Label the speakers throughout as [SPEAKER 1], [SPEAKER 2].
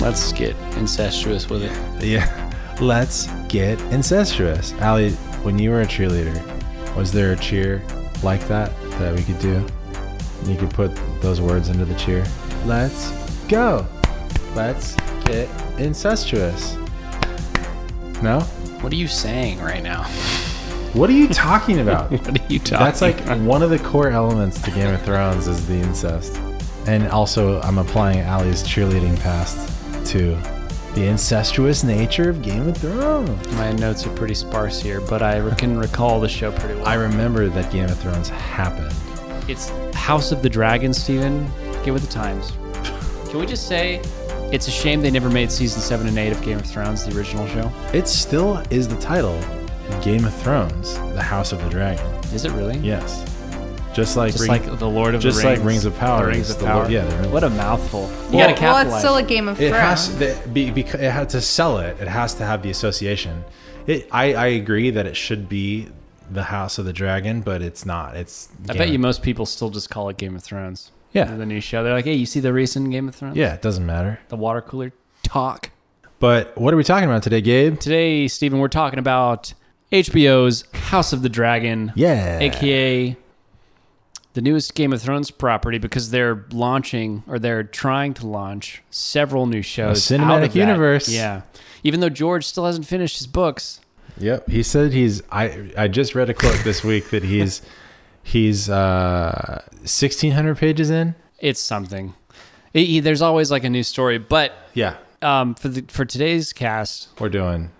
[SPEAKER 1] let's get incestuous with it.
[SPEAKER 2] Yeah. Let's get incestuous. Allie, when you were a cheerleader, was there a cheer like that that we could do? And you could put those words into the cheer. Let's go. Let's get incestuous. No?
[SPEAKER 1] What are you saying right now?
[SPEAKER 2] What are you talking about?
[SPEAKER 1] What are you talking?
[SPEAKER 2] That's like one of the core elements to Game of Thrones is the incest. And also, I'm applying Ali's cheerleading past to the incestuous nature of Game of Thrones.
[SPEAKER 1] my notes are pretty sparse here, but I re- can recall the show pretty well.
[SPEAKER 2] I remember that Game of Thrones happened.
[SPEAKER 1] It's House of the Dragon, Steven. Get with the times. Can we just say it's a shame they never made season seven and eight of Game of Thrones, the original show?
[SPEAKER 2] It still is the title Game of Thrones, The House of the Dragon.
[SPEAKER 1] Is it really?
[SPEAKER 2] Yes. Just like,
[SPEAKER 1] Just
[SPEAKER 2] Ring-
[SPEAKER 1] like the Lord of
[SPEAKER 2] just
[SPEAKER 1] the Rings.
[SPEAKER 2] like Rings of Power
[SPEAKER 1] The Rings
[SPEAKER 2] is
[SPEAKER 1] of
[SPEAKER 2] the
[SPEAKER 1] Power.
[SPEAKER 2] Lord- yeah, the Ring-
[SPEAKER 1] What a mouthful. You
[SPEAKER 2] Well-
[SPEAKER 1] gotta
[SPEAKER 2] Well,
[SPEAKER 1] capitalize.
[SPEAKER 3] Well, it's still a Game of
[SPEAKER 2] it
[SPEAKER 3] Thrones.
[SPEAKER 2] has the, be, because it had to sell it. It has to have the association. It, I, I agree that it should be the House of the Dragon, but it's not. It's
[SPEAKER 1] I bet you most people still just call it Game of Thrones.
[SPEAKER 2] Yeah.
[SPEAKER 1] The new show. They're like, hey, you see the recent Game of Thrones?
[SPEAKER 2] Yeah, it doesn't matter.
[SPEAKER 1] The water cooler talk.
[SPEAKER 2] But what are we talking about today, Gabe?
[SPEAKER 1] Today, Steven, we're talking about HBO's House of the Dragon.
[SPEAKER 2] Yeah.
[SPEAKER 1] aka the newest Game of Thrones property, because they're launching or they're trying to launch several new shows.
[SPEAKER 2] cinematic
[SPEAKER 1] out of that.
[SPEAKER 2] universe.
[SPEAKER 1] Yeah. Even though George still hasn't finished his books.
[SPEAKER 2] Yep. He said he's I I just read a quote this week that he's he's uh 1600 pages in.
[SPEAKER 1] It's something. It- it- there's always like a new story, but
[SPEAKER 2] Yeah.
[SPEAKER 1] um, for the, for today's cast,
[SPEAKER 2] We're doing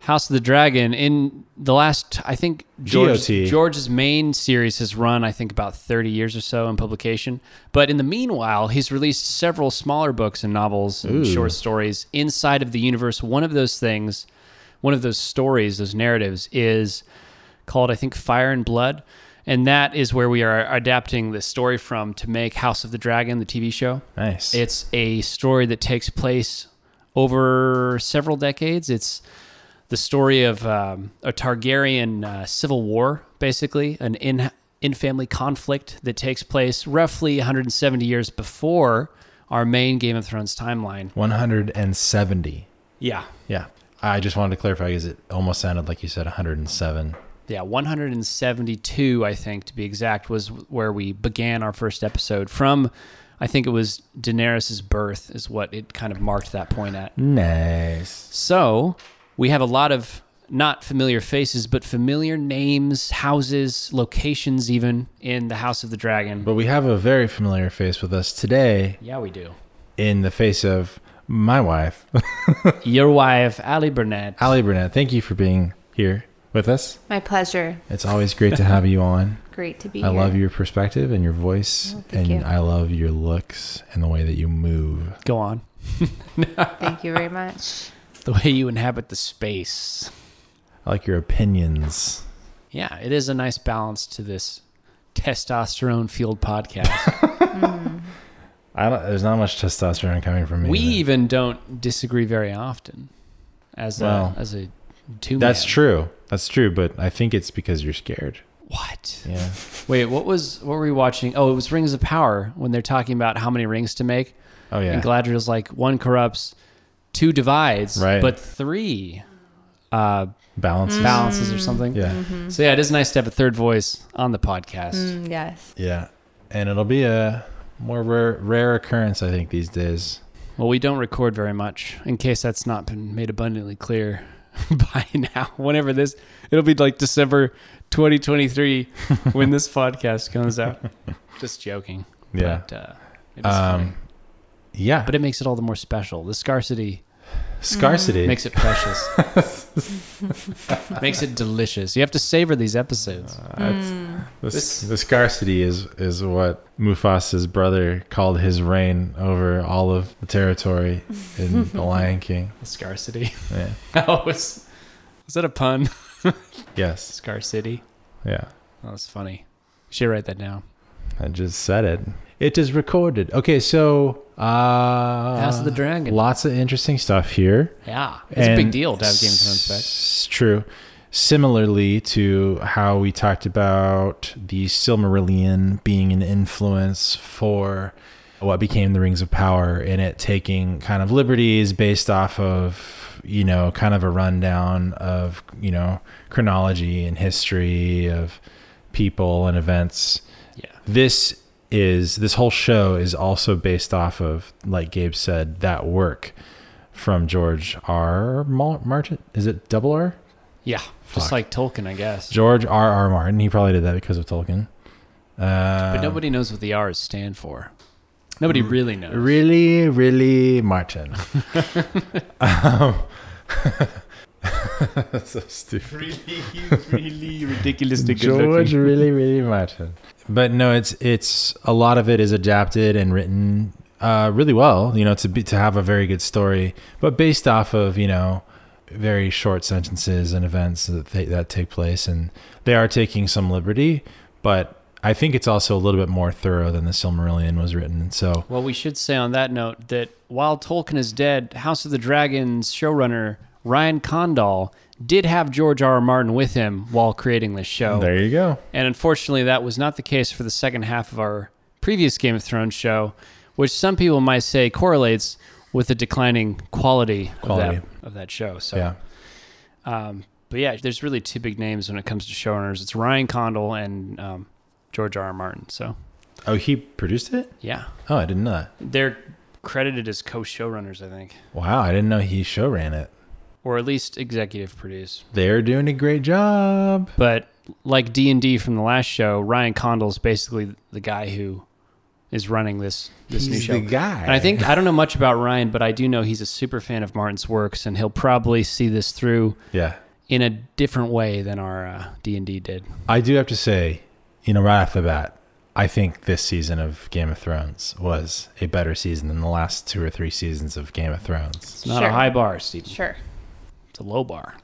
[SPEAKER 1] House of the Dragon. In the last, I think George,
[SPEAKER 2] GOT.
[SPEAKER 1] George's main series has run, I think, about thirty years or so in publication. But in the meanwhile, he's released several smaller books and novels and short stories inside of the universe. One of those things, one of those stories, those narratives is called, I think, Fire and Blood, and that is where we are adapting this story from to make House of the Dragon, the TV show.
[SPEAKER 2] nice.
[SPEAKER 1] It's a story that takes place over several decades. It's the story of um, a Targaryen uh, civil war, basically, an in in family conflict that takes place roughly 170 years before our main Game of Thrones timeline.
[SPEAKER 2] 170.
[SPEAKER 1] Yeah.
[SPEAKER 2] Yeah. I just wanted to clarify because it almost sounded like you said 107.
[SPEAKER 1] Yeah, 172, I think, to be exact, was where we began our first episode from. I think it was Daenerys' birth, is what it kind of marked that point at.
[SPEAKER 2] Nice.
[SPEAKER 1] So we have a lot of not familiar faces, but familiar names, houses, locations, even in the House of the Dragon.
[SPEAKER 2] But we have a very familiar face with us today
[SPEAKER 1] yeah, we do.
[SPEAKER 2] in the face of my wife,
[SPEAKER 1] Your wife, Ali Burnett.
[SPEAKER 2] Allie Burnett. Thank you for being here with us.
[SPEAKER 3] My pleasure.
[SPEAKER 2] It's always great to have you on.
[SPEAKER 3] Great to be
[SPEAKER 2] I
[SPEAKER 3] here.
[SPEAKER 2] love your perspective and your voice, and
[SPEAKER 3] Oh, thank you.
[SPEAKER 2] I love your looks and the way that you move.
[SPEAKER 1] Go on.
[SPEAKER 3] Thank you very much.
[SPEAKER 1] The way you inhabit the space.
[SPEAKER 2] I like your opinions.
[SPEAKER 1] Yeah, it is a nice balance to this testosterone fueled podcast.
[SPEAKER 2] I don't, there's not much testosterone coming from me.
[SPEAKER 1] we
[SPEAKER 2] but
[SPEAKER 1] even don't disagree very often as
[SPEAKER 2] Well,
[SPEAKER 1] a as a two
[SPEAKER 2] That's
[SPEAKER 1] man.
[SPEAKER 2] true. That's true. But I think it's because you're scared.
[SPEAKER 1] What?
[SPEAKER 2] Yeah.
[SPEAKER 1] Wait, what was what were we watching? Oh, it was Rings of Power when they're talking about how many rings to make.
[SPEAKER 2] Oh yeah.
[SPEAKER 1] And Galadriel's like one corrupts, two divides,
[SPEAKER 2] Right.
[SPEAKER 1] but three uh,
[SPEAKER 2] Balance.
[SPEAKER 3] Mm-hmm.
[SPEAKER 1] balances or something.
[SPEAKER 2] Yeah.
[SPEAKER 1] So yeah, it is nice to have a third voice on the podcast.
[SPEAKER 3] Mm, yes.
[SPEAKER 2] Yeah. And it'll be a more rare, rare occurrence, I think, these days.
[SPEAKER 1] Well, we don't record very much, in case that's not been made abundantly clear by now. Whenever this, it'll be like December 2023 when this podcast comes out. Just joking.
[SPEAKER 2] Yeah.
[SPEAKER 1] But, uh, it is funny.
[SPEAKER 2] Um, yeah.
[SPEAKER 1] but it makes it all the more special. The scarcity
[SPEAKER 2] Scarcity.
[SPEAKER 1] makes it precious. makes it delicious. You have to savor these episodes.
[SPEAKER 2] That's-
[SPEAKER 3] Mm,
[SPEAKER 2] the,
[SPEAKER 1] This-
[SPEAKER 2] the scarcity is is what Mufasa's brother called his reign over all of the territory in The Lion King.
[SPEAKER 1] The scarcity.
[SPEAKER 2] Yeah.
[SPEAKER 1] That was was that a pun?
[SPEAKER 2] Yes.
[SPEAKER 1] Scarcity.
[SPEAKER 2] Yeah.
[SPEAKER 1] That was funny. Should write that down.
[SPEAKER 2] I just said it. It is recorded. Okay, so uh
[SPEAKER 1] House of the Dragon.
[SPEAKER 2] Lots of interesting stuff here.
[SPEAKER 1] Yeah, it's a big deal to have Game of Thrones back.
[SPEAKER 2] It's true. Similarly to how we talked about the Silmarillion being an influence for what became the Rings of Power and it taking kind of liberties based off of, you know, kind of a rundown of, you know, chronology and history of people and events.
[SPEAKER 1] Yeah.
[SPEAKER 2] This is this whole show is also based off of, like Gabe said, that work from George R. Mar- Martin. Is it double R?
[SPEAKER 1] Yeah. Just
[SPEAKER 2] Fuck.
[SPEAKER 1] like Tolkien, I guess.
[SPEAKER 2] George R. R. Martin. He probably did that because of Tolkien. Uh,
[SPEAKER 1] but nobody knows what the R's stand for. Nobody really knows.
[SPEAKER 2] Really, really, Martin. um, so stupid.
[SPEAKER 1] really ridiculous.
[SPEAKER 2] George really, really Martin. But no, it's it's a lot of it is adapted and written uh, really well. You know, to be to have a very good story, but based off of you know very short sentences and events that they, that take place, and they are taking some liberty, but. I think it's also a little bit more thorough than the Silmarillion was written. So
[SPEAKER 1] Well, we should say on that note that while Tolkien is dead, House of the Dragons showrunner Ryan Condal did have George R. R. Martin with him while creating this show.
[SPEAKER 2] there you go.
[SPEAKER 1] And unfortunately, that was not the case for the second half of our previous Game of Thrones show, which some people might say correlates with the declining quality,
[SPEAKER 2] Quality.
[SPEAKER 1] Of, that, of that show. So,
[SPEAKER 2] Yeah.
[SPEAKER 1] um, but yeah, there's really two big names when it comes to showrunners. It's Ryan Condal and um, George R. R. Martin. So,
[SPEAKER 2] Oh, he produced it?
[SPEAKER 1] yeah,
[SPEAKER 2] Oh, I didn't know that.
[SPEAKER 1] they're credited as co-showrunners, I think,
[SPEAKER 2] Wow, I didn't know he show ran it.
[SPEAKER 1] or at least executive produced.
[SPEAKER 2] They're doing a great job.
[SPEAKER 1] But like D and D from the last show, Ryan Condal's basically the guy who is running this this new
[SPEAKER 2] He's
[SPEAKER 1] show.
[SPEAKER 2] the guy.
[SPEAKER 1] And I think I don't know much about Ryan, but I do know he's a super fan of Martin's works, and he'll probably see this through
[SPEAKER 2] Yeah.
[SPEAKER 1] in a different way than our uh, D and D did.
[SPEAKER 2] I do have to say, you know, right off the bat, I think this season of Game of Thrones was a better season than the last two or three seasons of Game of Thrones.
[SPEAKER 1] It's not
[SPEAKER 3] Sure.
[SPEAKER 1] a high bar, Steve.
[SPEAKER 3] Sure.
[SPEAKER 1] It's a low bar.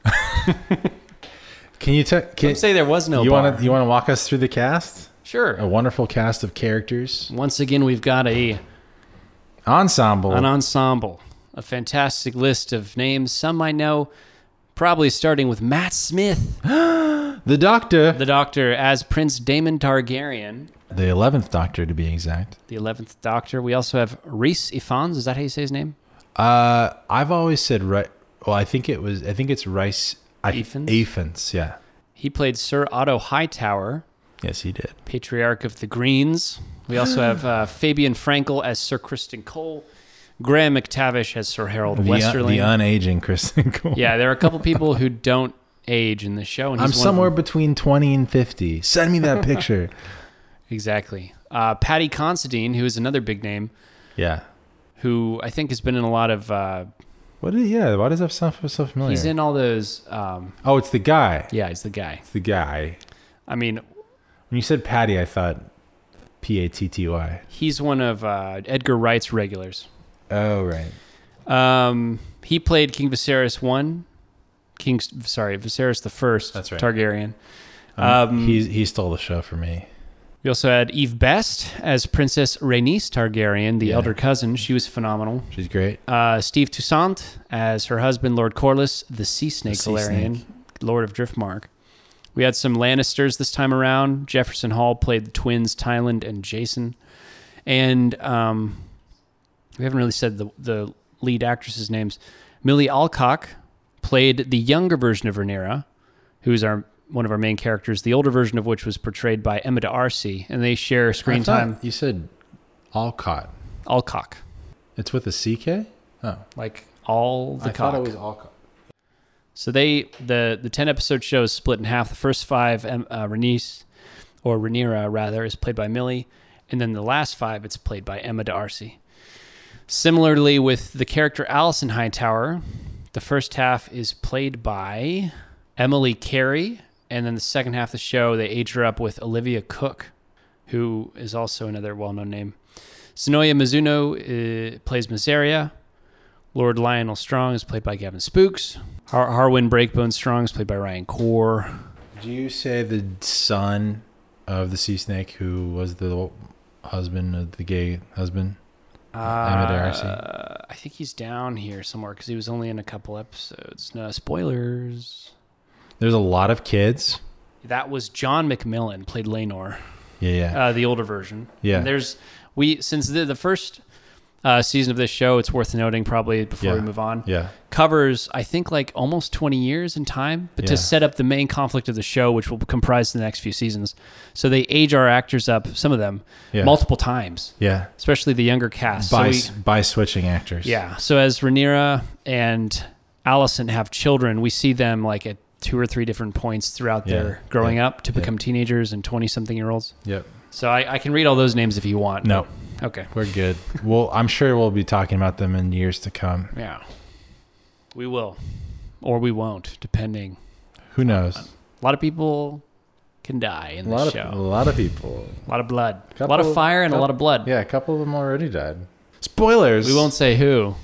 [SPEAKER 2] Can you tell? Can
[SPEAKER 1] Don't say there was no
[SPEAKER 2] you
[SPEAKER 1] bar.
[SPEAKER 2] want to you want to walk us through the Oh. cast?
[SPEAKER 1] sure.
[SPEAKER 2] A wonderful cast of characters,
[SPEAKER 1] Once again, we've got a
[SPEAKER 2] ensemble.
[SPEAKER 1] an ensemble, a fantastic list of names. Some I know, probably starting with Matt Smith,
[SPEAKER 2] the Doctor,
[SPEAKER 1] the Doctor, as Prince Damon Targaryen,
[SPEAKER 2] the eleventh Doctor to be exact.
[SPEAKER 1] the Eleventh Doctor. We also have Reese Ifans. Is that how you say his name?
[SPEAKER 2] Uh, I've always said right. Well, I think it was. I think it's rice. I-
[SPEAKER 1] Aphens?
[SPEAKER 2] Aphens, yeah.
[SPEAKER 1] He played Sir Otto Hightower,
[SPEAKER 2] Yes, he did.
[SPEAKER 1] Patriarch of the Greens. We also have uh, Fabian Frankel as Sir Kristen Cole, Graham McTavish as Sir Harold
[SPEAKER 2] The, un-
[SPEAKER 1] Westerling.
[SPEAKER 2] the unaging Kristen Cole.
[SPEAKER 1] yeah, there are a couple people who don't age in the show. And he's
[SPEAKER 2] I'm
[SPEAKER 1] one of
[SPEAKER 2] somewhere
[SPEAKER 1] them.
[SPEAKER 2] between 20 and 50. Send me that picture.
[SPEAKER 1] Exactly. Uh, Patty Considine, who is another big name,
[SPEAKER 2] yeah.
[SPEAKER 1] who I think has been in a lot of. Uh,
[SPEAKER 2] What? Is, yeah. Why does that sound f- so familiar?
[SPEAKER 1] he's in all those. Um,
[SPEAKER 2] oh, it's the guy.
[SPEAKER 1] yeah, he's the guy.
[SPEAKER 2] It's the guy.
[SPEAKER 1] I mean,
[SPEAKER 2] When you said Patty, I thought P A T T Y.
[SPEAKER 1] he's one of uh, Edgar Wright's regulars.
[SPEAKER 2] Oh, right.
[SPEAKER 1] Um, he played King Viserys one, King sorry Viserys the first.
[SPEAKER 2] That's right.
[SPEAKER 1] Targaryen.
[SPEAKER 2] Um,
[SPEAKER 1] Um,
[SPEAKER 2] he's, he stole the show for me.
[SPEAKER 1] We also had Eve Best as Princess Rhaenys Targaryen, the
[SPEAKER 2] Yeah.
[SPEAKER 1] elder cousin. She was phenomenal.
[SPEAKER 2] She's great.
[SPEAKER 1] Uh, Steve Toussaint as her husband, Lord Corlys, the Sea Snake
[SPEAKER 2] sea
[SPEAKER 1] Valerian, Lord of Driftmark. We had some Lannisters this time around. Jefferson Hall played the twins, Tyland and Jason. And um, we haven't really said the, the lead actresses' names. Millie Alcock played the younger version of Rhaenyra, who is our one of our main characters, the older version of which was portrayed by Emma D'Arcy, and they share
[SPEAKER 2] I
[SPEAKER 1] screen
[SPEAKER 2] thought
[SPEAKER 1] time.
[SPEAKER 2] You said Alcott.
[SPEAKER 1] Alcock,
[SPEAKER 2] It's with a CK? Oh.
[SPEAKER 1] like all the
[SPEAKER 2] I
[SPEAKER 1] cock.
[SPEAKER 2] thought it was Alcott.
[SPEAKER 1] So they the the ten episode show is split in half. The first five, um, uh, Renice or Rhaenyra rather, is played by Millie, and then the last five it's played by Emma D'Arcy. Similarly, with the character Allison Hightower, the first half is played by Emily Carey, and then the second half of the show they age her up with Olivia Cook, who is also another well known name. Sonoya Mizuno uh, plays Miseria. Lord Lionel Strong is played by Gavin Spooks. Har- Harwin Breakbone Strong is played by Ryan Core.
[SPEAKER 2] Do you say the son of the sea snake who was the husband of the gay husband? Darcy.
[SPEAKER 1] Ah, Uh, I think he's down here somewhere because he was only in a couple episodes. No spoilers.
[SPEAKER 2] There's a lot of kids.
[SPEAKER 1] That was John McMillan played Lenore,
[SPEAKER 2] Yeah, yeah.
[SPEAKER 1] uh, the older version.
[SPEAKER 2] Yeah.
[SPEAKER 1] And there's we since the, the first uh, season of this show, it's worth noting probably before
[SPEAKER 2] Yeah.
[SPEAKER 1] we move on.
[SPEAKER 2] Yeah.
[SPEAKER 1] Covers, I think, like almost 20 years in time, but
[SPEAKER 2] Yeah.
[SPEAKER 1] to set up the main conflict of the show, which will comprise the next few seasons. So they age our actors up, some of them,
[SPEAKER 2] Yeah.
[SPEAKER 1] multiple times,
[SPEAKER 2] Yeah.
[SPEAKER 1] especially the younger cast. So
[SPEAKER 2] by
[SPEAKER 1] we-
[SPEAKER 2] s by switching actors.
[SPEAKER 1] yeah. So as Rhaenyra and Allison have children, we see them like at two or three different points throughout
[SPEAKER 2] Yeah.
[SPEAKER 1] their growing
[SPEAKER 2] Yeah.
[SPEAKER 1] up to
[SPEAKER 2] Yeah.
[SPEAKER 1] become teenagers and twenty something year olds.
[SPEAKER 2] Yep.
[SPEAKER 1] So I, I can read all those names if you want.
[SPEAKER 2] No,
[SPEAKER 1] Okay.
[SPEAKER 2] we're good. well, I'm sure we'll be talking about them in years to come.
[SPEAKER 1] Yeah. We will, or we won't, depending.
[SPEAKER 2] Who knows?
[SPEAKER 1] A lot of people can die in
[SPEAKER 2] A
[SPEAKER 1] this
[SPEAKER 2] lot
[SPEAKER 1] show.
[SPEAKER 2] of a lot of people.
[SPEAKER 1] a lot of blood, a lot
[SPEAKER 2] Couple-
[SPEAKER 1] of fire, and a
[SPEAKER 2] couple-
[SPEAKER 1] lot of blood.
[SPEAKER 2] Yeah, a couple of them already died. Spoilers.
[SPEAKER 1] We won't say who.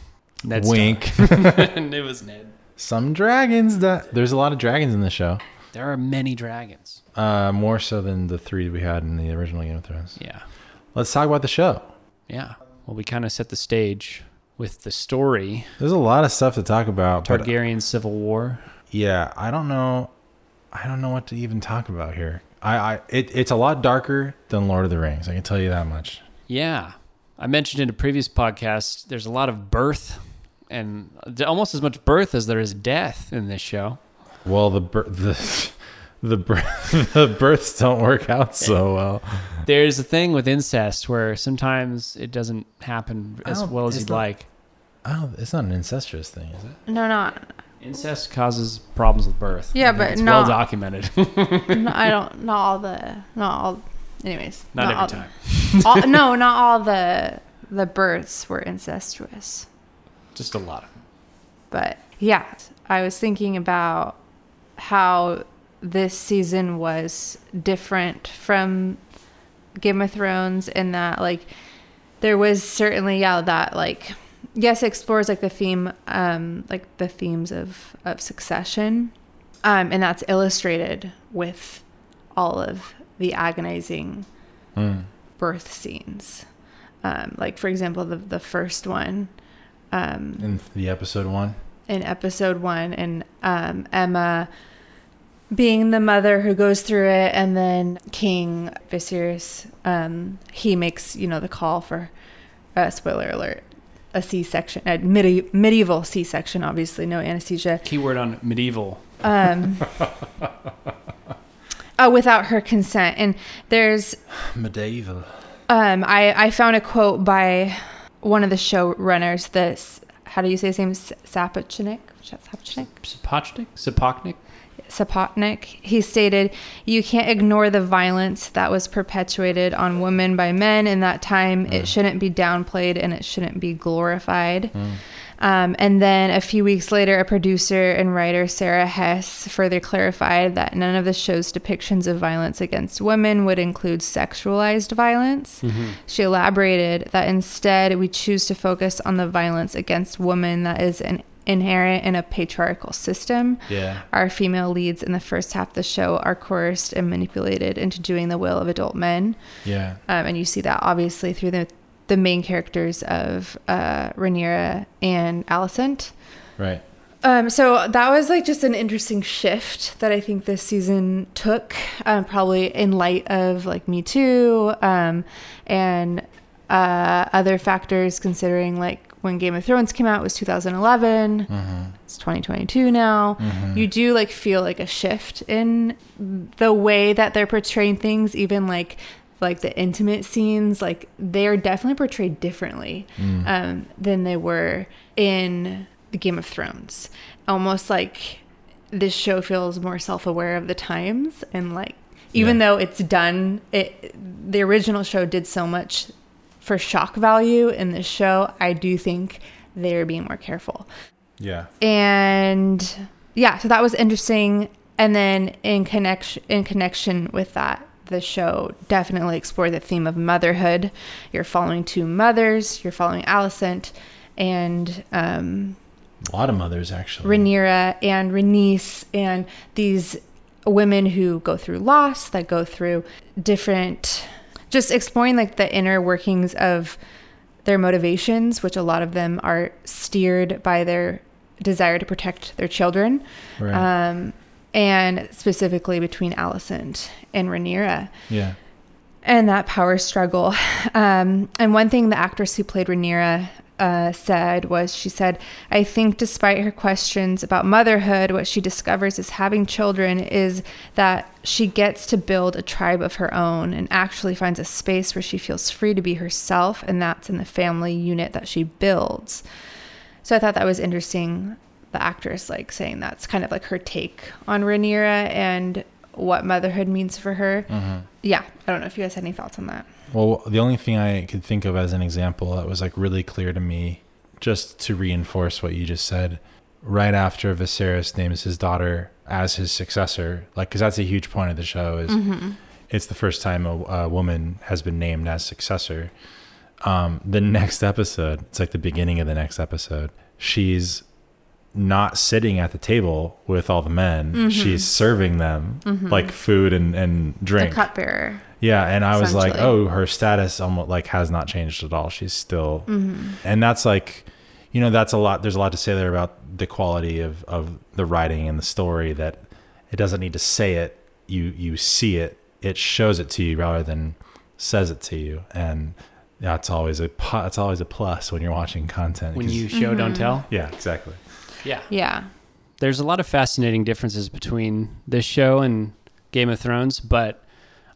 [SPEAKER 1] Ned Stark.
[SPEAKER 2] wink.
[SPEAKER 1] it was Ned.
[SPEAKER 2] Some dragons that there's a lot of dragons in the show.
[SPEAKER 1] There are many dragons.
[SPEAKER 2] Uh, more so than the three we had in the original Game of Thrones.
[SPEAKER 1] Yeah.
[SPEAKER 2] Let's talk about the show.
[SPEAKER 1] Yeah. Well, we kind of set the stage with the story
[SPEAKER 2] There's a lot of stuff to talk about. but-
[SPEAKER 1] Targaryen Civil War.
[SPEAKER 2] yeah, I don't know. I don't know what to even talk about here. I, I it, it's a lot darker than Lord of the Rings. I can tell you that much.
[SPEAKER 1] Yeah. I mentioned in a previous podcast, there's a lot of birth and almost as much birth as there is death in this show.
[SPEAKER 2] Well, the bir- the the, bir- the births don't work out so well.
[SPEAKER 1] There's a thing with incest where sometimes it doesn't happen
[SPEAKER 2] I
[SPEAKER 1] as
[SPEAKER 2] don't-
[SPEAKER 1] well as
[SPEAKER 2] it's
[SPEAKER 1] you'd
[SPEAKER 2] not-
[SPEAKER 1] like.
[SPEAKER 2] Oh, it's not an incestuous thing, is it?
[SPEAKER 3] No, not.
[SPEAKER 1] Incest causes problems with birth. I
[SPEAKER 3] Yeah,
[SPEAKER 1] think
[SPEAKER 3] but
[SPEAKER 1] it's
[SPEAKER 3] not-
[SPEAKER 1] well documented.
[SPEAKER 3] No, I don't. Not all the. Not all. Anyways.
[SPEAKER 1] not every
[SPEAKER 3] all,
[SPEAKER 1] time.
[SPEAKER 3] all- no, not all the the births were incestuous,
[SPEAKER 1] Just a lot of them.
[SPEAKER 3] but yeah, I was thinking about how this season was different from Game of Thrones in that like there was certainly yeah that like yes it explores like the theme um like the themes of of succession um and that's illustrated with all of the agonizing
[SPEAKER 2] Hmm.
[SPEAKER 3] birth scenes um like for example the the first one um
[SPEAKER 2] In the episode one,
[SPEAKER 3] in episode one and um, Emma being the mother who goes through it and then King Viserys um, he makes you know the call for uh, spoiler alert a c-section a medi- medieval c-section obviously no anesthesia
[SPEAKER 1] Keyword on medieval.
[SPEAKER 3] um, uh, without her consent and there's
[SPEAKER 2] medieval.
[SPEAKER 3] um, I, I found a quote by one of the showrunners this how do you say his name S- Sapochnik Sapochnik
[SPEAKER 1] Sapochnik? Sapochnik?
[SPEAKER 3] Sapotnik, he stated, You can't ignore the violence that was perpetuated on women by men in that time. It shouldn't be downplayed and it shouldn't be glorified.
[SPEAKER 2] Hmm.
[SPEAKER 3] Um, and then a few weeks later, a producer and writer, Sarah Hess, further clarified that none of the show's depictions of violence against women would include sexualized violence. She elaborated that instead we choose to focus on the violence against women that is an inherent in a patriarchal system.
[SPEAKER 2] Yeah.
[SPEAKER 3] Our female leads in the first half of the show are coerced and manipulated into doing the will of adult men.
[SPEAKER 2] Yeah.
[SPEAKER 3] Um, and you see that obviously through the, the main characters of uh, Rhaenyra and Alicent.
[SPEAKER 2] Right.
[SPEAKER 3] Um, so that was like just an interesting shift that I think this season took, um, probably in light of like Me Too um, and uh, other factors, considering like when Game of Thrones came out was 2011,
[SPEAKER 2] Mm-hmm.
[SPEAKER 3] it's 2022 now. You do like feel like a shift in the way that they're portraying things, even like like the intimate scenes like they're definitely portrayed differently
[SPEAKER 2] Hmm. Mm.
[SPEAKER 3] um, than they were in the game of thrones almost like this show feels more self-aware of the times and like even
[SPEAKER 2] Yeah.
[SPEAKER 3] though it's done it the original show did so much for shock value in this show i do think they're being more careful
[SPEAKER 2] Yeah.
[SPEAKER 3] and yeah so that was interesting and then in connection in connection with that the show definitely explored the theme of motherhood you're following two mothers you're following Alicent and um,
[SPEAKER 2] A lot of mothers actually.
[SPEAKER 3] Rhaenyra and Rhaenys and these women who go through loss that go through different just exploring like the inner workings of their motivations which a lot of them are steered by their desire to protect their children
[SPEAKER 2] Right.
[SPEAKER 3] uh, um, and specifically between Alicent and Rhaenyra
[SPEAKER 2] yeah.
[SPEAKER 3] and that power struggle. Um, and one thing the actress who played Rhaenyra uh, said was, she said, "I think despite her questions about motherhood, what she discovers is having children is that she gets to build a tribe of her own and actually finds a space where she feels free to be herself, and that's in the family unit that she builds." So I thought that was interesting. The actress like saying that's kind of like her take on Rhaenyra and what motherhood means for her.
[SPEAKER 2] Mm-hmm.
[SPEAKER 3] Yeah, I don't know if you guys had any thoughts on that.
[SPEAKER 2] Well, the only thing I could think of as an example that was like really clear to me, just to reinforce what you just said, right after Viserys names his daughter as his successor, like because that's a huge point of the show is it's the first time a, a woman has been named as successor. Um, the next episode, it's like the beginning of the next episode. She's not sitting at the table with all the men. She's serving them like food and and
[SPEAKER 3] The
[SPEAKER 2] drink.
[SPEAKER 3] Mm-hmm. cupbearer.
[SPEAKER 2] Yeah, and I was like,
[SPEAKER 3] Essentially.
[SPEAKER 2] oh, her status almost like has not changed at all. She's still,
[SPEAKER 3] Mm-hmm.
[SPEAKER 2] and that's like, you know, that's a lot. There's a lot to say there about the quality of of the writing and the story that it doesn't need to say it. You you see it. It shows it to you rather than says it to you, and that's always a pu- that's always a plus when you're watching content.
[SPEAKER 1] When
[SPEAKER 2] 'cause-
[SPEAKER 1] you show,
[SPEAKER 3] Mm-hmm.
[SPEAKER 1] don't tell.
[SPEAKER 2] yeah, exactly.
[SPEAKER 1] Yeah.
[SPEAKER 3] Yeah.
[SPEAKER 1] there's a lot of fascinating differences between this show and Game of Thrones, but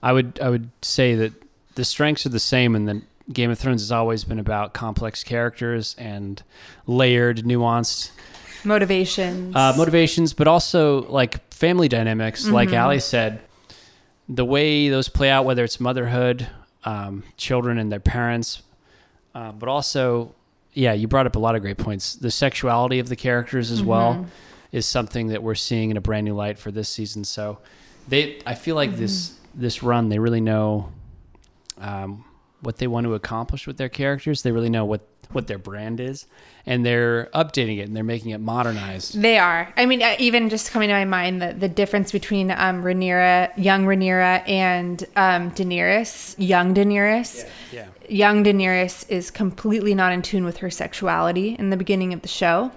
[SPEAKER 1] I would I would say that the strengths are the same and that Game of Thrones has always been about complex characters and layered, nuanced
[SPEAKER 3] Motivations.
[SPEAKER 1] uh, motivations, but also like family dynamics. Like Ali said, the way those play out, whether it's motherhood, um, children and their parents, uh, but also, yeah, you brought up a lot of great points. The sexuality of the characters as well is something that we're seeing in a brand new light for this season. So they, I feel like this this run, they really know um, what they want to accomplish with their characters. They really know what what their brand is, and they're updating it and they're making it modernized.
[SPEAKER 3] They are. I mean, uh, even just coming to my mind that the difference between um, Rhaenyra, young Rhaenyra, and um, Daenerys, young Daenerys.
[SPEAKER 1] Yeah.
[SPEAKER 3] Young Daenerys is completely not in tune with her sexuality in the beginning of the show.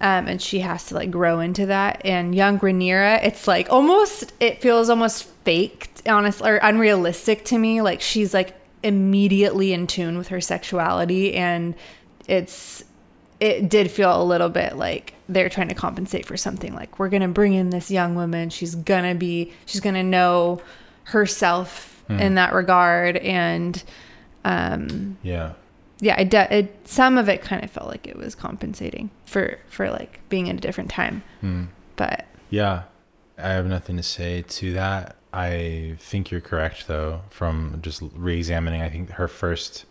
[SPEAKER 3] Um, and she has to like grow into that. And young Rhaenyra, it's like almost, it feels almost faked, honest or unrealistic to me. Like she's like immediately in tune with her sexuality. And it's, it did feel a little bit like they're trying to compensate for something like we're going to bring in this young woman she's going to be she's going to know herself in that regard and um
[SPEAKER 2] Yeah.
[SPEAKER 3] yeah it, de- it some of it kind of felt like it was compensating for for like being in a different time
[SPEAKER 2] Hmm.
[SPEAKER 3] but
[SPEAKER 2] Yeah, I have nothing to say to that. I think you're correct, though, from just re examining, I think her first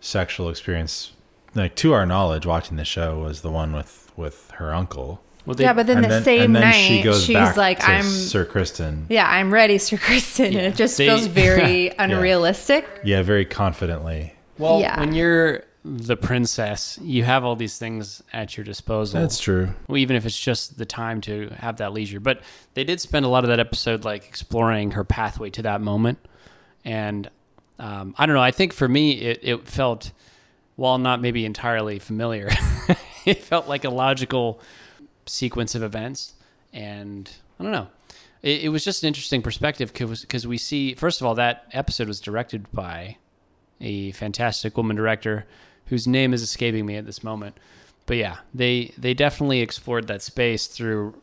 [SPEAKER 2] sexual experience, like to our knowledge, watching the show, was the one with, with her uncle.
[SPEAKER 1] Well, they,
[SPEAKER 3] yeah but then the same night she's like i'm
[SPEAKER 2] Sir Kristen.
[SPEAKER 3] yeah i'm ready sir kristen and it just
[SPEAKER 1] They-
[SPEAKER 3] feels very unrealistic
[SPEAKER 2] Yeah, very confidently.
[SPEAKER 1] well,
[SPEAKER 3] yeah.
[SPEAKER 1] when you're the princess, you have all these things at your disposal.
[SPEAKER 2] true.
[SPEAKER 1] Well, even if it's just the time to have that leisure. But they did spend a lot of that episode like exploring her pathway to that moment, and um, I don't know. I think for me, it it felt, while not maybe entirely familiar, it felt like a logical sequence of events, and I don't know. It, it was just an interesting perspective because we see first of all that episode was directed by a fantastic woman director whose name is escaping me at this moment. But yeah, they they definitely explored that space through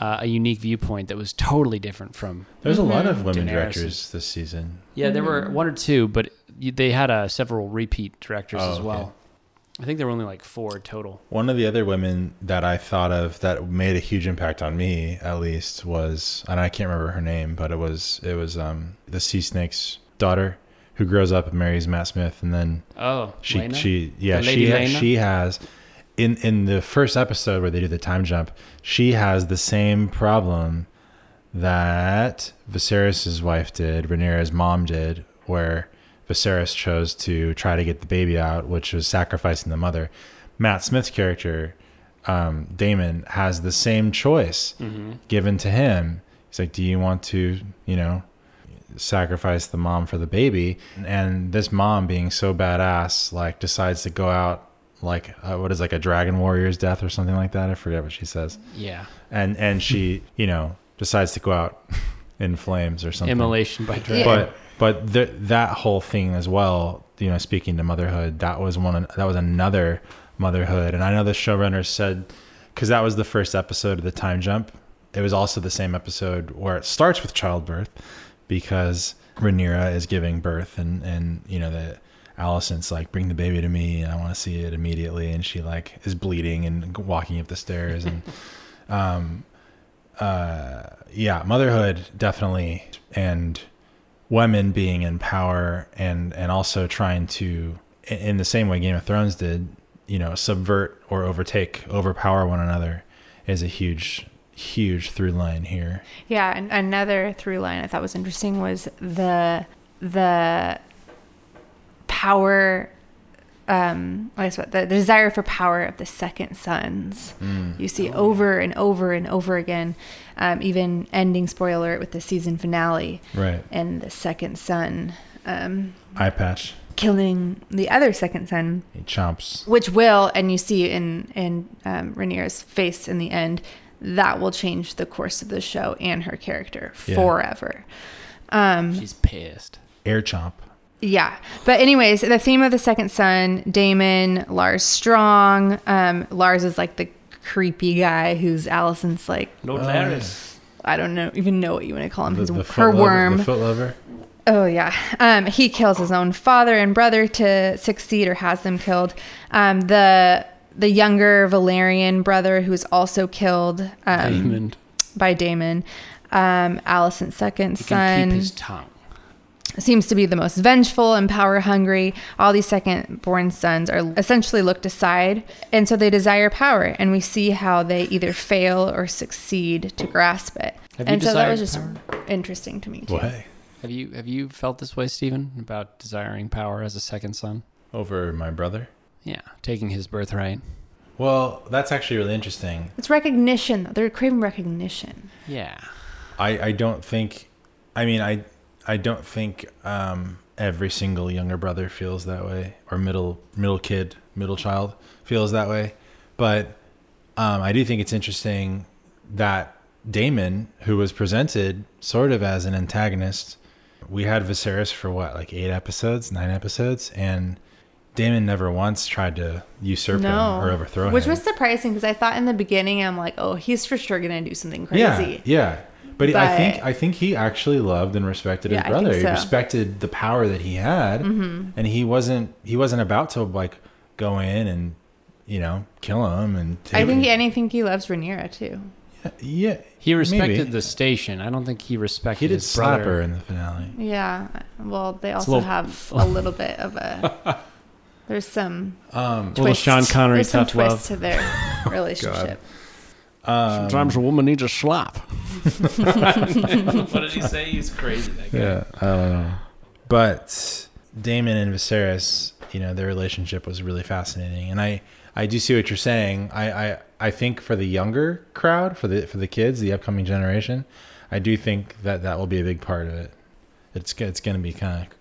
[SPEAKER 1] uh, a unique viewpoint that was totally different from.
[SPEAKER 2] There's a
[SPEAKER 3] Mm-hmm.
[SPEAKER 2] lot of women
[SPEAKER 1] Daenerys.
[SPEAKER 2] directors this season.
[SPEAKER 1] Yeah, there were one or two, but you- they had uh, several repeat directors
[SPEAKER 2] Oh,
[SPEAKER 1] as well.
[SPEAKER 2] okay.
[SPEAKER 1] I think there were only like four total.
[SPEAKER 2] One of the other women that I thought of that made a huge impact on me, at least, was and I can't remember her name, but it was it was um, the Sea Snake's daughter who grows up and marries Matt Smith, and then
[SPEAKER 1] Oh,
[SPEAKER 2] she
[SPEAKER 1] Lena?
[SPEAKER 2] she yeah
[SPEAKER 1] The Lady
[SPEAKER 2] she ha-
[SPEAKER 1] Lena?
[SPEAKER 2] she has in in the first episode where they do the time jump, she has the same problem that Viserys's wife did, Rhaenyra's mom did, where Viserys chose to try to get the baby out, which was sacrificing the mother. Matt Smith's character, um, Damon, has the same choice
[SPEAKER 1] Mm-hmm.
[SPEAKER 2] given to him. He's like, "Do you want to, you know, sacrifice the mom for the baby?" And this mom, being so badass, like decides to go out like uh, what is like a dragon warrior's death or something like that. I forget what she says
[SPEAKER 1] yeah,
[SPEAKER 2] and and she you know decides to go out in flames or something
[SPEAKER 1] immolation by dragon.
[SPEAKER 3] Yeah.
[SPEAKER 2] but But th- that whole thing as well, you know, speaking to motherhood, that was one. That was another motherhood, and I know the showrunner said because that was the first episode of the time jump. It was also the same episode where it starts with childbirth, because Rhaenyra is giving birth, and and you know the Allison's like, bring the baby to me, and I want to see it immediately, and she like is bleeding and walking up the stairs, and um, uh, yeah, motherhood definitely, and women being in power, and and also trying to, in- in the same way Game of Thrones did, you know, subvert or overtake, overpower one another, is a huge, huge through line here.
[SPEAKER 3] Yeah, and another through line I thought was interesting was the the power um I guess what the, the desire for power of the second sons you see over and over and over again um, even ending spoiler alert, with the season finale
[SPEAKER 2] Right,
[SPEAKER 3] and the second son um,
[SPEAKER 2] eye patch,
[SPEAKER 3] killing the other second son
[SPEAKER 2] he chomps.
[SPEAKER 3] which will and you see in in um, Rhaenyra's face in the end that will change the course of the show and her character
[SPEAKER 2] Yeah.
[SPEAKER 3] forever Um,
[SPEAKER 1] She's pissed.
[SPEAKER 2] air chomp.
[SPEAKER 3] yeah but anyways the theme of the second son damon lars strong um, lars is like the creepy guy who's allison's like
[SPEAKER 1] Lord
[SPEAKER 2] Oh,
[SPEAKER 1] Laris.
[SPEAKER 3] i don't know even know what you want to call him
[SPEAKER 2] The,
[SPEAKER 3] He's
[SPEAKER 2] the
[SPEAKER 3] her
[SPEAKER 2] foot
[SPEAKER 3] worm
[SPEAKER 2] lover, the foot lover.
[SPEAKER 3] Oh yeah, um, he kills his own father and brother to succeed, or has them killed. Um, the the younger Valerian brother, who is also killed um,
[SPEAKER 1] Damon
[SPEAKER 3] by Damon, um, Allison's second
[SPEAKER 1] he can
[SPEAKER 3] son,
[SPEAKER 1] keep his tongue.
[SPEAKER 3] seems to be the most vengeful and power hungry. All these second born sons are essentially looked aside, and so they desire power. And we see how they either fail or succeed to grasp it.
[SPEAKER 1] Have you
[SPEAKER 3] and so that was just
[SPEAKER 1] desired
[SPEAKER 3] interesting to me. Too.
[SPEAKER 2] What?
[SPEAKER 1] Have you have you felt this way, Stephen, about desiring power as a second son?
[SPEAKER 2] Over my brother.
[SPEAKER 1] Yeah, taking his birthright.
[SPEAKER 2] Well, that's actually really interesting.
[SPEAKER 3] It's recognition. though. They're craving recognition.
[SPEAKER 1] Yeah.
[SPEAKER 2] I, I don't think, I mean, I I don't think um, every single younger brother feels that way, or middle middle kid, middle child feels that way. But um, I do think it's interesting that Damon, who was presented sort of as an antagonist, we had Viserys for what, like eight episodes, nine episodes, and Damon never once tried to usurp
[SPEAKER 3] no,
[SPEAKER 2] him or overthrow him.
[SPEAKER 3] which was surprising because I thought in the beginning I'm like, oh, he's for sure gonna do something
[SPEAKER 2] Yeah,
[SPEAKER 3] crazy.
[SPEAKER 2] yeah. But, he- I think
[SPEAKER 3] But-
[SPEAKER 2] I think he actually loved and respected
[SPEAKER 3] Yeah,
[SPEAKER 2] his
[SPEAKER 3] I think
[SPEAKER 2] brother. He
[SPEAKER 3] so.
[SPEAKER 2] respected the power that he had,
[SPEAKER 3] Mm-hmm.
[SPEAKER 2] and he wasn't he wasn't about to like go in and you know kill him and. Take
[SPEAKER 3] I think and I think he loves Rhaenyra too.
[SPEAKER 2] yeah,
[SPEAKER 1] He respected
[SPEAKER 2] maybe.
[SPEAKER 1] the station. I don't think he respected
[SPEAKER 2] He did
[SPEAKER 1] his
[SPEAKER 2] slap
[SPEAKER 1] brother.
[SPEAKER 2] her in the finale.
[SPEAKER 3] Yeah. Well, they also
[SPEAKER 1] little-
[SPEAKER 3] have a little bit of a. There's some
[SPEAKER 2] Um,
[SPEAKER 1] Little
[SPEAKER 3] twists.
[SPEAKER 1] Sean Connery
[SPEAKER 3] There's some
[SPEAKER 1] tough love. Oh,
[SPEAKER 3] twist to their relationship.
[SPEAKER 2] um,
[SPEAKER 1] Sometimes a woman needs a slap. what did he say? He's crazy. That guy.
[SPEAKER 2] Yeah, I don't know. But Damon and Viserys, you know, their relationship was really fascinating, and I I do see what you're saying. I I, I think for the younger crowd, for the for the kids, the upcoming generation, I do think that that will be a big part of it. It's it's going to be kind of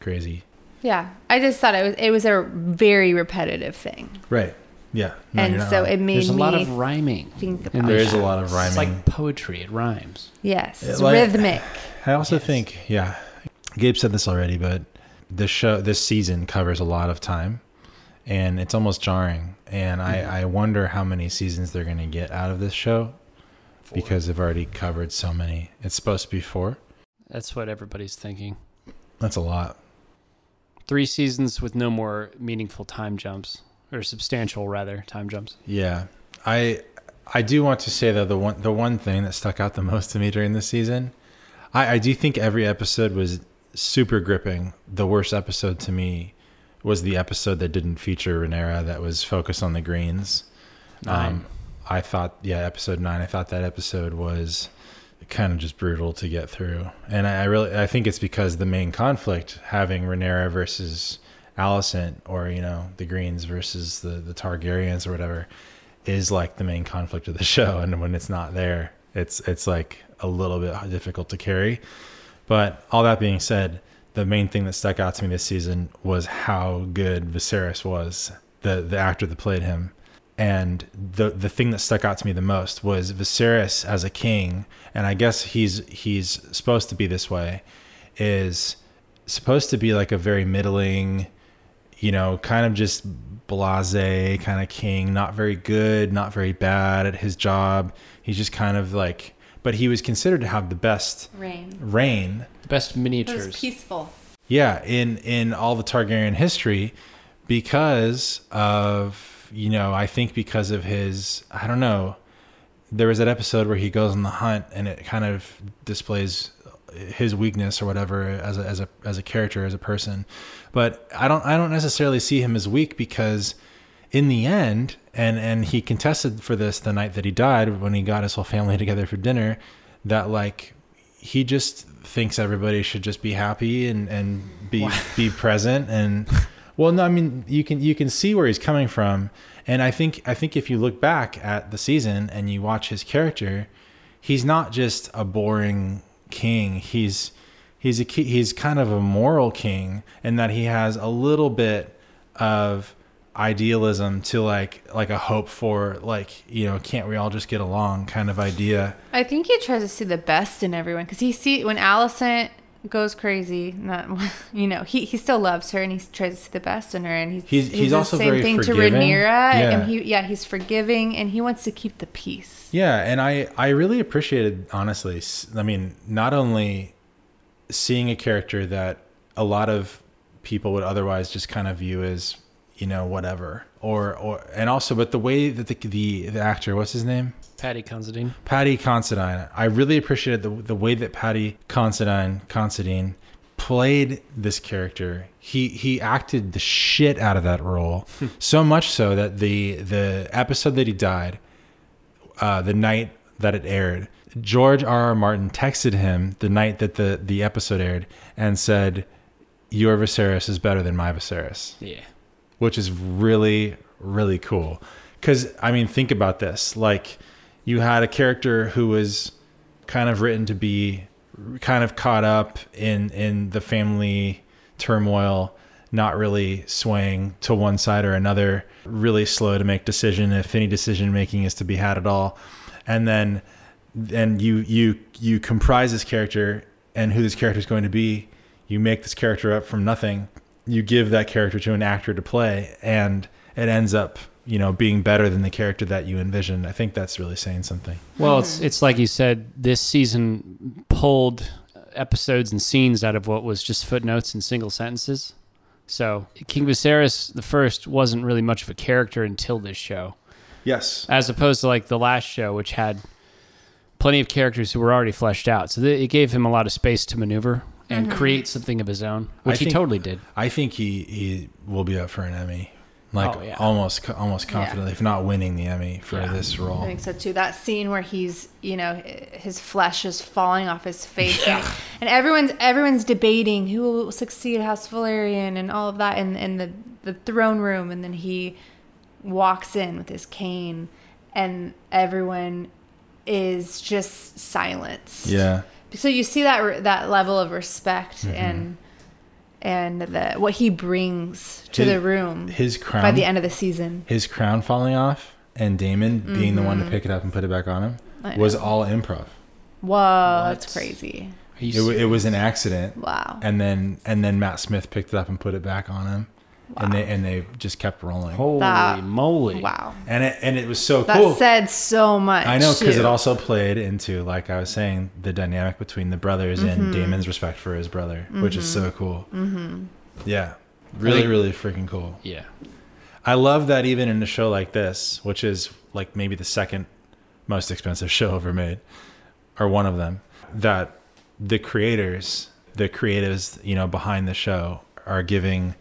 [SPEAKER 2] crazy,
[SPEAKER 3] Yeah, I just thought it was it was a very repetitive thing,
[SPEAKER 2] right? Yeah,
[SPEAKER 3] and so it made
[SPEAKER 1] There's a
[SPEAKER 3] me
[SPEAKER 1] lot of rhyming.
[SPEAKER 3] think
[SPEAKER 1] in
[SPEAKER 3] about
[SPEAKER 2] there
[SPEAKER 1] this
[SPEAKER 2] is a
[SPEAKER 1] show.
[SPEAKER 2] lot of
[SPEAKER 1] It's
[SPEAKER 2] rhyming.
[SPEAKER 1] like poetry. It rhymes.
[SPEAKER 3] yes,
[SPEAKER 2] It
[SPEAKER 3] it's
[SPEAKER 2] like-
[SPEAKER 3] rhythmic.
[SPEAKER 2] I also
[SPEAKER 1] Yes.
[SPEAKER 2] think, yeah, Gabe said this already, but this show, this season covers a lot of time, and it's almost jarring. And I, I wonder how many seasons they're going to get out of this show because they've already covered so many. It's supposed to be four.
[SPEAKER 1] That's what everybody's thinking.
[SPEAKER 2] That's a lot.
[SPEAKER 1] Three seasons with no more meaningful time jumps, or substantial rather time jumps.
[SPEAKER 2] Yeah, I I do want to say though the one the one thing that stuck out the most to me during this season, I, I do think every episode was super gripping. The worst episode to me was the episode that didn't feature Renera that was focused on the greens. Um,
[SPEAKER 1] Nine.
[SPEAKER 2] I thought yeah, episode nine. I thought that episode was kind of just brutal to get through, and I, I really I think it's because the main conflict having Renera versus Alicent or you know the Greens versus the the Targaryens or whatever is like the main conflict of the show, and when it's not there, it's it's like a little bit difficult to carry. But all that being said, the main thing that stuck out to me this season was how good Viserys was, the the actor that played him. And the the thing that stuck out to me the most was Viserys as a king, and I guess he's he's supposed to be this way, is supposed to be like a very middling, you know, kind of just blase kind of king, not very good, not very bad at his job. He's just kind of like, but he was considered to have the best
[SPEAKER 3] Rain.
[SPEAKER 2] reign.
[SPEAKER 1] The best
[SPEAKER 3] It was
[SPEAKER 1] miniatures.
[SPEAKER 3] peaceful.
[SPEAKER 2] Yeah, in in all the Targaryen history, because of you know, I think because of his, I don't know. There was that episode where he goes on the hunt, and it kind of displays his weakness or whatever as a as a as a character as a person. But I don't I don't necessarily see him as weak because in the end, and and he contested for this the night that he died when he got his whole family together for dinner, that like he just thinks everybody should just be happy and and be be present and well no I mean you can you can see where he's coming from and I think I think if you look back at the season and you watch his character, he's not just a boring king. He's he's a ki- he's kind of a moral king in that he has a little bit of idealism to like like a hope for like you know can't we all just get along kind of idea.
[SPEAKER 3] I think he tries to see the best in everyone because he see when Allison goes crazy, not you know he, he still loves her and he tries to see the best in her and he's
[SPEAKER 2] He's- he's
[SPEAKER 3] the
[SPEAKER 2] also very
[SPEAKER 3] to
[SPEAKER 2] forgiving.
[SPEAKER 3] Rhaenyra
[SPEAKER 2] Yeah.
[SPEAKER 3] and he yeah he's forgiving and he wants to keep the peace.
[SPEAKER 2] Yeah, and I I really appreciated honestly. s- I mean, not only seeing a character that a lot of people would otherwise just kind of view as you know whatever or or and also but the way that the the, the actor what's his name
[SPEAKER 1] Patty Considine.
[SPEAKER 2] Patty Considine. I really appreciated the the way that Patty Considine Considine played this character. He he acted the shit out of that role, so much so that the the episode that he died, uh, the night that it aired, George R. R. Martin texted him the night that the the episode aired and said, "Your Viserys is better than my Viserys."
[SPEAKER 1] Yeah.
[SPEAKER 2] which is really really cool because i mean think about this like you had a character who was kind of written to be kind of caught up in in the family turmoil not really swaying to one side or another really slow to make decision if any decision making is to be had at all and then and you you you comprise this character and who this character is going to be you make this character up from nothing you give that character to an actor to play and it ends up you know being better than the character that you envisioned i think that's really saying something
[SPEAKER 1] Well, it's it's like you said. This season pulled episodes and scenes out of what was just footnotes and single sentences. So King Viserys the first wasn't really much of a character until this show,
[SPEAKER 2] yes
[SPEAKER 1] as opposed to like the last show, which had plenty of characters who were already fleshed out. So th- it gave him a lot of space to maneuver and
[SPEAKER 3] Mm-hmm.
[SPEAKER 1] create something of his own, which he
[SPEAKER 2] think-
[SPEAKER 1] totally did.
[SPEAKER 2] i think he he will be up for an emmy like
[SPEAKER 1] Oh,
[SPEAKER 2] almost
[SPEAKER 1] yeah.
[SPEAKER 2] almost almost
[SPEAKER 3] Yeah.
[SPEAKER 2] confidently if not winning the emmy for
[SPEAKER 1] Yeah.
[SPEAKER 2] this
[SPEAKER 3] I
[SPEAKER 2] role
[SPEAKER 3] think so too. That scene where he's, you know, his flesh is falling off his face, and, and everyone's everyone's debating who will succeed House Valerian and all of that, and and the the throne room, and then he walks in with his cane, and everyone is just silence.
[SPEAKER 2] yeah Mm-hmm.
[SPEAKER 3] So you see that re- that level of respect and and the what he brings to
[SPEAKER 2] His-
[SPEAKER 3] the room
[SPEAKER 2] his crown
[SPEAKER 3] by the end of the season.
[SPEAKER 2] his crown falling off and damon being the one to pick it up and put it back on him
[SPEAKER 3] Mm-hmm. I
[SPEAKER 2] was all improv
[SPEAKER 3] Whoa, that's
[SPEAKER 1] What?
[SPEAKER 3] crazy!
[SPEAKER 1] Are you
[SPEAKER 2] it, wa- it was an accident
[SPEAKER 3] Wow.
[SPEAKER 2] and then and then Matt Smith picked it up and put it back on him, and they and they just kept rolling.
[SPEAKER 1] Holy
[SPEAKER 3] That-
[SPEAKER 1] moly!
[SPEAKER 3] Wow.
[SPEAKER 2] And it and it was so
[SPEAKER 3] That
[SPEAKER 2] cool.
[SPEAKER 3] said so much.
[SPEAKER 2] I know because it
[SPEAKER 3] too.
[SPEAKER 2] also played into like I was saying the dynamic between the brothers and Damon's respect for his brother, which is so cool. Mm-hmm. Yeah, really,
[SPEAKER 1] think-
[SPEAKER 2] really freaking cool.
[SPEAKER 1] Yeah.
[SPEAKER 2] I love that even in a show like this, which is like maybe the second most expensive show ever made, or one of them, that the creators, the creatives, you know, behind the show are giving,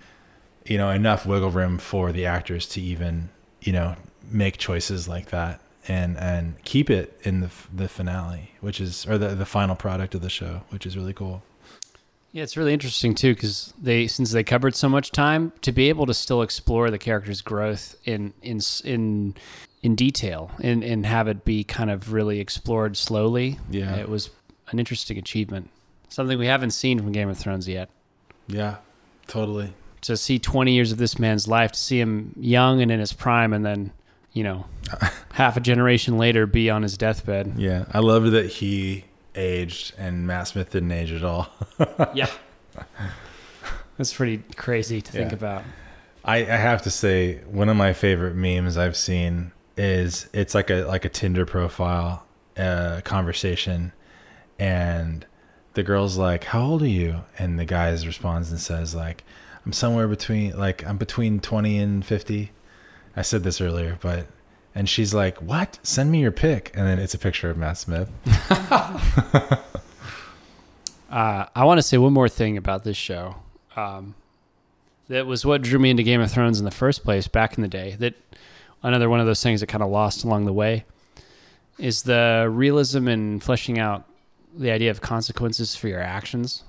[SPEAKER 2] you know, enough wiggle room for the actors to even, you know, make choices like that and and keep it in the f- the finale, which is or the the final product of the show, which is really cool.
[SPEAKER 1] Yeah, it's really interesting too because they since they covered so much time to be able to still explore the character's growth in in s- in in detail and and have it be kind of really explored slowly.
[SPEAKER 2] Yeah.
[SPEAKER 1] it was an interesting achievement, something we haven't seen from Game of Thrones yet.
[SPEAKER 2] Yeah, totally.
[SPEAKER 1] To see twenty years of this man's life, to see him young and in his prime, and then you know half a generation later be on his deathbed.
[SPEAKER 2] Yeah, I love that he aged, and Matt Smith didn't age at all.
[SPEAKER 1] Yeah. That's pretty crazy to think
[SPEAKER 2] Yeah.
[SPEAKER 1] about.
[SPEAKER 2] I, I have to say, one of my favorite memes I've seen is it's like a like a Tinder profile uh, conversation, and the girl's like, "How old are you?" and the guy responds and says like, "I'm somewhere between like I'm between twenty and 50. I said this earlier, but and she's like, "What? Send me your pic," and then it's a picture of Matt Smith.
[SPEAKER 1] Uh, I want to say one more thing about this show. Um, that was what drew me into Game of Thrones in the first place back in the day. That another one of those things that kind of lost along the way is the realism and fleshing out the idea of consequences for your actions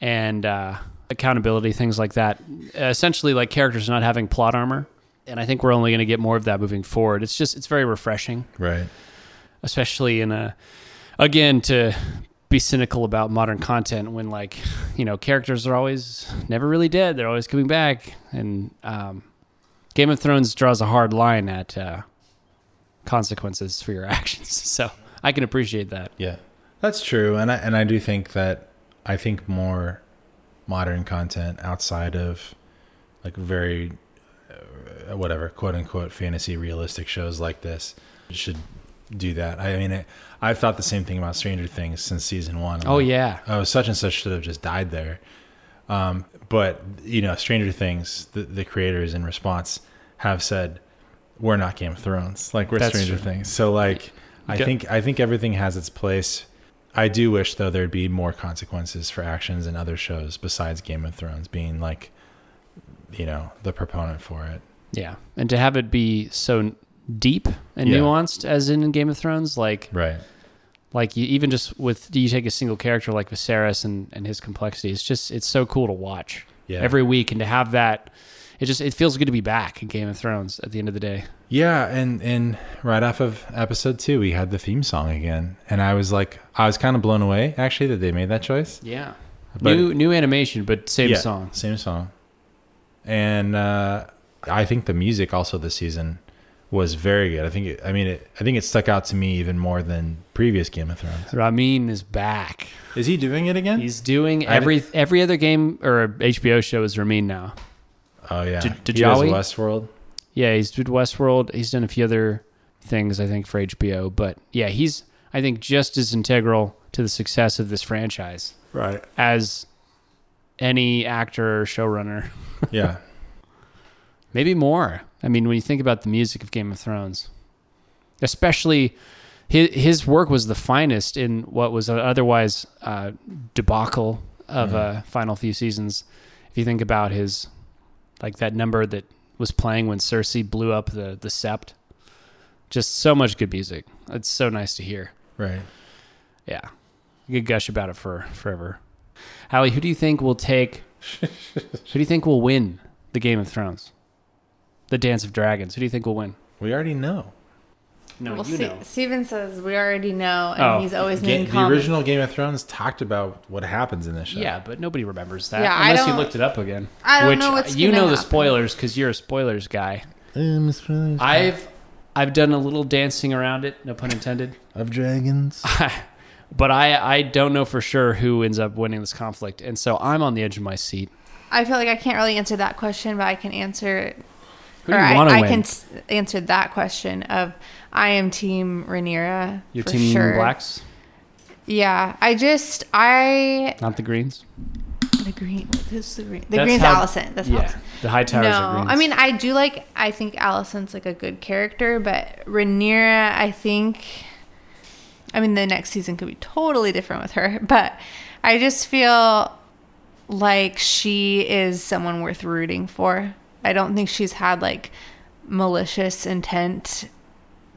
[SPEAKER 1] and uh, accountability, things like that. Essentially, like characters not having plot armor. And I think we're only going to get more of that moving forward. It's just, it's very refreshing
[SPEAKER 2] Right.
[SPEAKER 1] especially in a again to be cynical about modern content when like you know characters are always never really dead they're always coming back and um, game of thrones draws a hard line at uh, consequences for your actions so i can appreciate that
[SPEAKER 2] Yeah, that's true, and I and I do think that I think more modern content outside of like very uh, whatever quote unquote fantasy realistic shows like this should do that. I mean, I, I've thought the same thing about Stranger Things since season one. I'm
[SPEAKER 1] oh
[SPEAKER 2] like,
[SPEAKER 1] yeah
[SPEAKER 2] oh such and such should have just died there um, but you know stranger things the, the creators in response have said we're not game of thrones like we're
[SPEAKER 1] That's
[SPEAKER 2] stranger
[SPEAKER 1] true.
[SPEAKER 2] things so like i
[SPEAKER 1] Yeah.
[SPEAKER 2] think i think everything has its place i do wish though there'd be more consequences for actions in other shows besides game of thrones being like you know the proponent for it
[SPEAKER 1] yeah and to have it be so deep and
[SPEAKER 2] Yeah.
[SPEAKER 1] nuanced as in game of thrones like
[SPEAKER 2] right
[SPEAKER 1] like you even just with you take a single character like Viserys and, and his complexity it's just it's so cool to watch
[SPEAKER 2] Yeah.
[SPEAKER 1] every week and to have that it just it feels good to be back in Game of Thrones at the end of the day
[SPEAKER 2] Yeah, and and right off of episode two, we had the theme song again, and I was like, I was kind of blown away actually that they made that choice.
[SPEAKER 1] yeah
[SPEAKER 2] But-
[SPEAKER 1] new new animation but same
[SPEAKER 2] Yeah,
[SPEAKER 1] song
[SPEAKER 2] same song, and uh, I think the music also this season was very good. I think, it, I mean, it, I think it stuck out to me even more than previous Game of Thrones.
[SPEAKER 1] Ramin is back
[SPEAKER 2] Is he doing it again?
[SPEAKER 1] he's doing
[SPEAKER 2] I
[SPEAKER 1] every every other game or HBO show is Ramin now
[SPEAKER 2] oh yeah,
[SPEAKER 1] Did- did
[SPEAKER 2] he does
[SPEAKER 1] Yowie?
[SPEAKER 2] Westworld.
[SPEAKER 1] yeah he's did Westworld he's done a few other things I think for HBO but yeah he's I think just as integral to the success of this franchise
[SPEAKER 2] Right.
[SPEAKER 1] as any actor or showrunner.
[SPEAKER 2] Yeah.
[SPEAKER 1] Maybe more. I mean, when you think about the music of Game of Thrones, especially his, his work was the finest in what was an otherwise uh, debacle of uh, final few seasons. If you think about his, like that number that was playing when Cersei blew up the, the sept, just so much good music. It's so nice to hear.
[SPEAKER 2] Right.
[SPEAKER 1] Yeah. You could gush about it for forever. Hallie, who do you think will take who do you think will win the Game of Thrones? The Dance of Dragons. Who do you think will win?
[SPEAKER 2] We already know.
[SPEAKER 1] No,
[SPEAKER 3] well,
[SPEAKER 1] you
[SPEAKER 3] Ste-
[SPEAKER 1] know.
[SPEAKER 3] Steven says we already know, and
[SPEAKER 1] Oh.
[SPEAKER 3] he's always
[SPEAKER 2] Ga-
[SPEAKER 3] making
[SPEAKER 2] the
[SPEAKER 3] comments.
[SPEAKER 2] original Game of Thrones talked about what happens in this show.
[SPEAKER 1] Yeah, but nobody remembers that
[SPEAKER 3] Yeah, I
[SPEAKER 1] unless you
[SPEAKER 3] don't-
[SPEAKER 1] looked it up again.
[SPEAKER 3] I don't
[SPEAKER 1] Which
[SPEAKER 3] know what's
[SPEAKER 1] you
[SPEAKER 3] gonna
[SPEAKER 1] know the
[SPEAKER 3] happen.
[SPEAKER 1] spoilers because you're a spoilers guy.
[SPEAKER 2] Um, spoilers
[SPEAKER 1] I've I've done a little dancing around it, no pun intended.
[SPEAKER 2] of dragons.
[SPEAKER 1] But I I don't know for sure who ends up winning this conflict, and so I'm on the edge of my seat.
[SPEAKER 3] I feel like I can't really answer that question, but I can answer.
[SPEAKER 1] Who do
[SPEAKER 3] or
[SPEAKER 1] you
[SPEAKER 3] I,
[SPEAKER 1] want to
[SPEAKER 3] I
[SPEAKER 1] win?
[SPEAKER 3] can s- answer that question of I am Team Rhaenyra.
[SPEAKER 1] Your
[SPEAKER 3] for
[SPEAKER 1] team
[SPEAKER 3] sure.
[SPEAKER 1] blacks,
[SPEAKER 3] Yeah, I just I
[SPEAKER 1] not the greens.
[SPEAKER 3] the green. Who's the green? The
[SPEAKER 1] That's
[SPEAKER 3] green's
[SPEAKER 1] how-
[SPEAKER 3] Allison. That's
[SPEAKER 1] yeah.
[SPEAKER 3] Allison.
[SPEAKER 1] The high towers.
[SPEAKER 3] no,
[SPEAKER 1] are greens.
[SPEAKER 3] I mean I do like. I think Allison's like a good character, but Rhaenyra, I think. I mean, the next season could be totally different with her, but I just feel like she is someone worth rooting for. I don't think she's had like malicious intent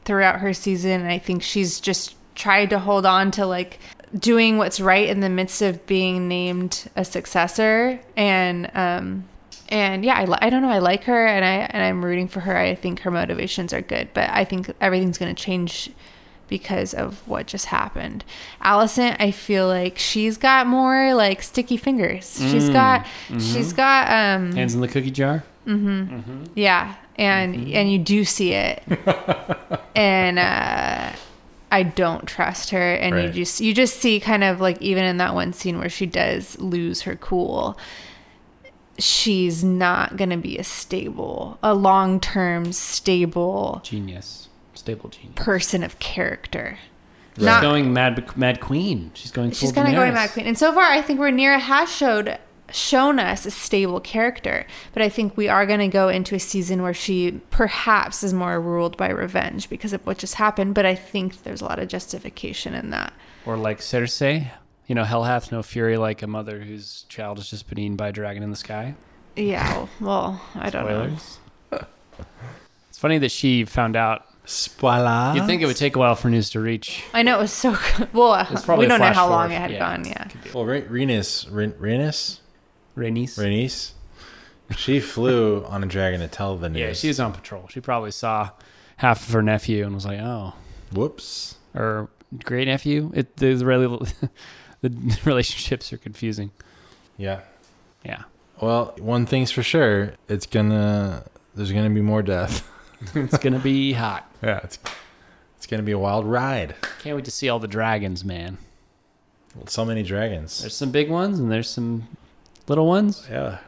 [SPEAKER 3] throughout her season. And I think she's just tried to hold on to like doing what's right in the midst of being named a successor. And, um, and yeah, I, li- I don't know. I like her and I, and I'm rooting for her. I think her motivations are good, but I think everything's going to change because of what just happened. Allison, I feel like she's got more like sticky fingers. She's got, she's got, um,
[SPEAKER 1] Hands in the cookie jar.
[SPEAKER 3] yeah, and and you do see it, and uh, I don't trust her, and you
[SPEAKER 2] Right.
[SPEAKER 3] just you just see kind of like even in that one scene where she does lose her cool, she's not going to be a stable, a long term stable
[SPEAKER 1] Genius. Stable genius.
[SPEAKER 3] person of character.
[SPEAKER 1] She's
[SPEAKER 3] Not
[SPEAKER 1] going mad, mad queen. She's going. Full
[SPEAKER 3] She's kind of going
[SPEAKER 1] Daenerys.
[SPEAKER 3] Mad Queen. And so far, I think Rhaenyra has showed shown us a stable character, but I think we are going to go into a season where she perhaps is more ruled by revenge because of what just happened. But I think there's a lot of justification in that.
[SPEAKER 1] Or like Cersei, you know, hell hath no fury like a mother whose child has just been eaten by a dragon in the sky.
[SPEAKER 3] Yeah. Well, I don't know.
[SPEAKER 1] Spoilers. it's funny that she found out.
[SPEAKER 2] Spoiler.
[SPEAKER 1] You'd think it would take a while for news to reach.
[SPEAKER 3] I know it was so good. Well, uh,
[SPEAKER 1] It's probably
[SPEAKER 3] we don't
[SPEAKER 1] a
[SPEAKER 3] know
[SPEAKER 1] flash
[SPEAKER 3] how long
[SPEAKER 1] forward.
[SPEAKER 3] it had
[SPEAKER 1] Yeah.
[SPEAKER 3] gone. Yeah.
[SPEAKER 2] Well, Re- Rhaenys, Rhaen- Rhaenys,
[SPEAKER 1] Rhaenys.
[SPEAKER 2] Rhaenys, she flew on a dragon to tell the news.
[SPEAKER 1] Yeah, she was on patrol. She probably saw half of her nephew and was like, "Oh,
[SPEAKER 2] Whoops.
[SPEAKER 1] or great nephew." It the really the relationships are confusing.
[SPEAKER 2] Yeah.
[SPEAKER 1] Yeah,
[SPEAKER 2] Well, one thing's for sure, it's gonna. There's gonna be more death.
[SPEAKER 1] it's gonna be hot.
[SPEAKER 2] Yeah, it's it's gonna be a wild ride.
[SPEAKER 1] Can't wait to see all the dragons, man.
[SPEAKER 2] So many dragons.
[SPEAKER 1] There's some big ones and there's some little ones,
[SPEAKER 2] Yeah.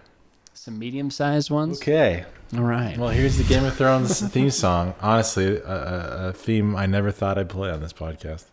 [SPEAKER 1] some medium-sized ones.
[SPEAKER 2] Okay.
[SPEAKER 1] All right.
[SPEAKER 2] Well, here's the Game of Thrones theme song. Honestly, a, a, a theme I never thought I'd play on this podcast.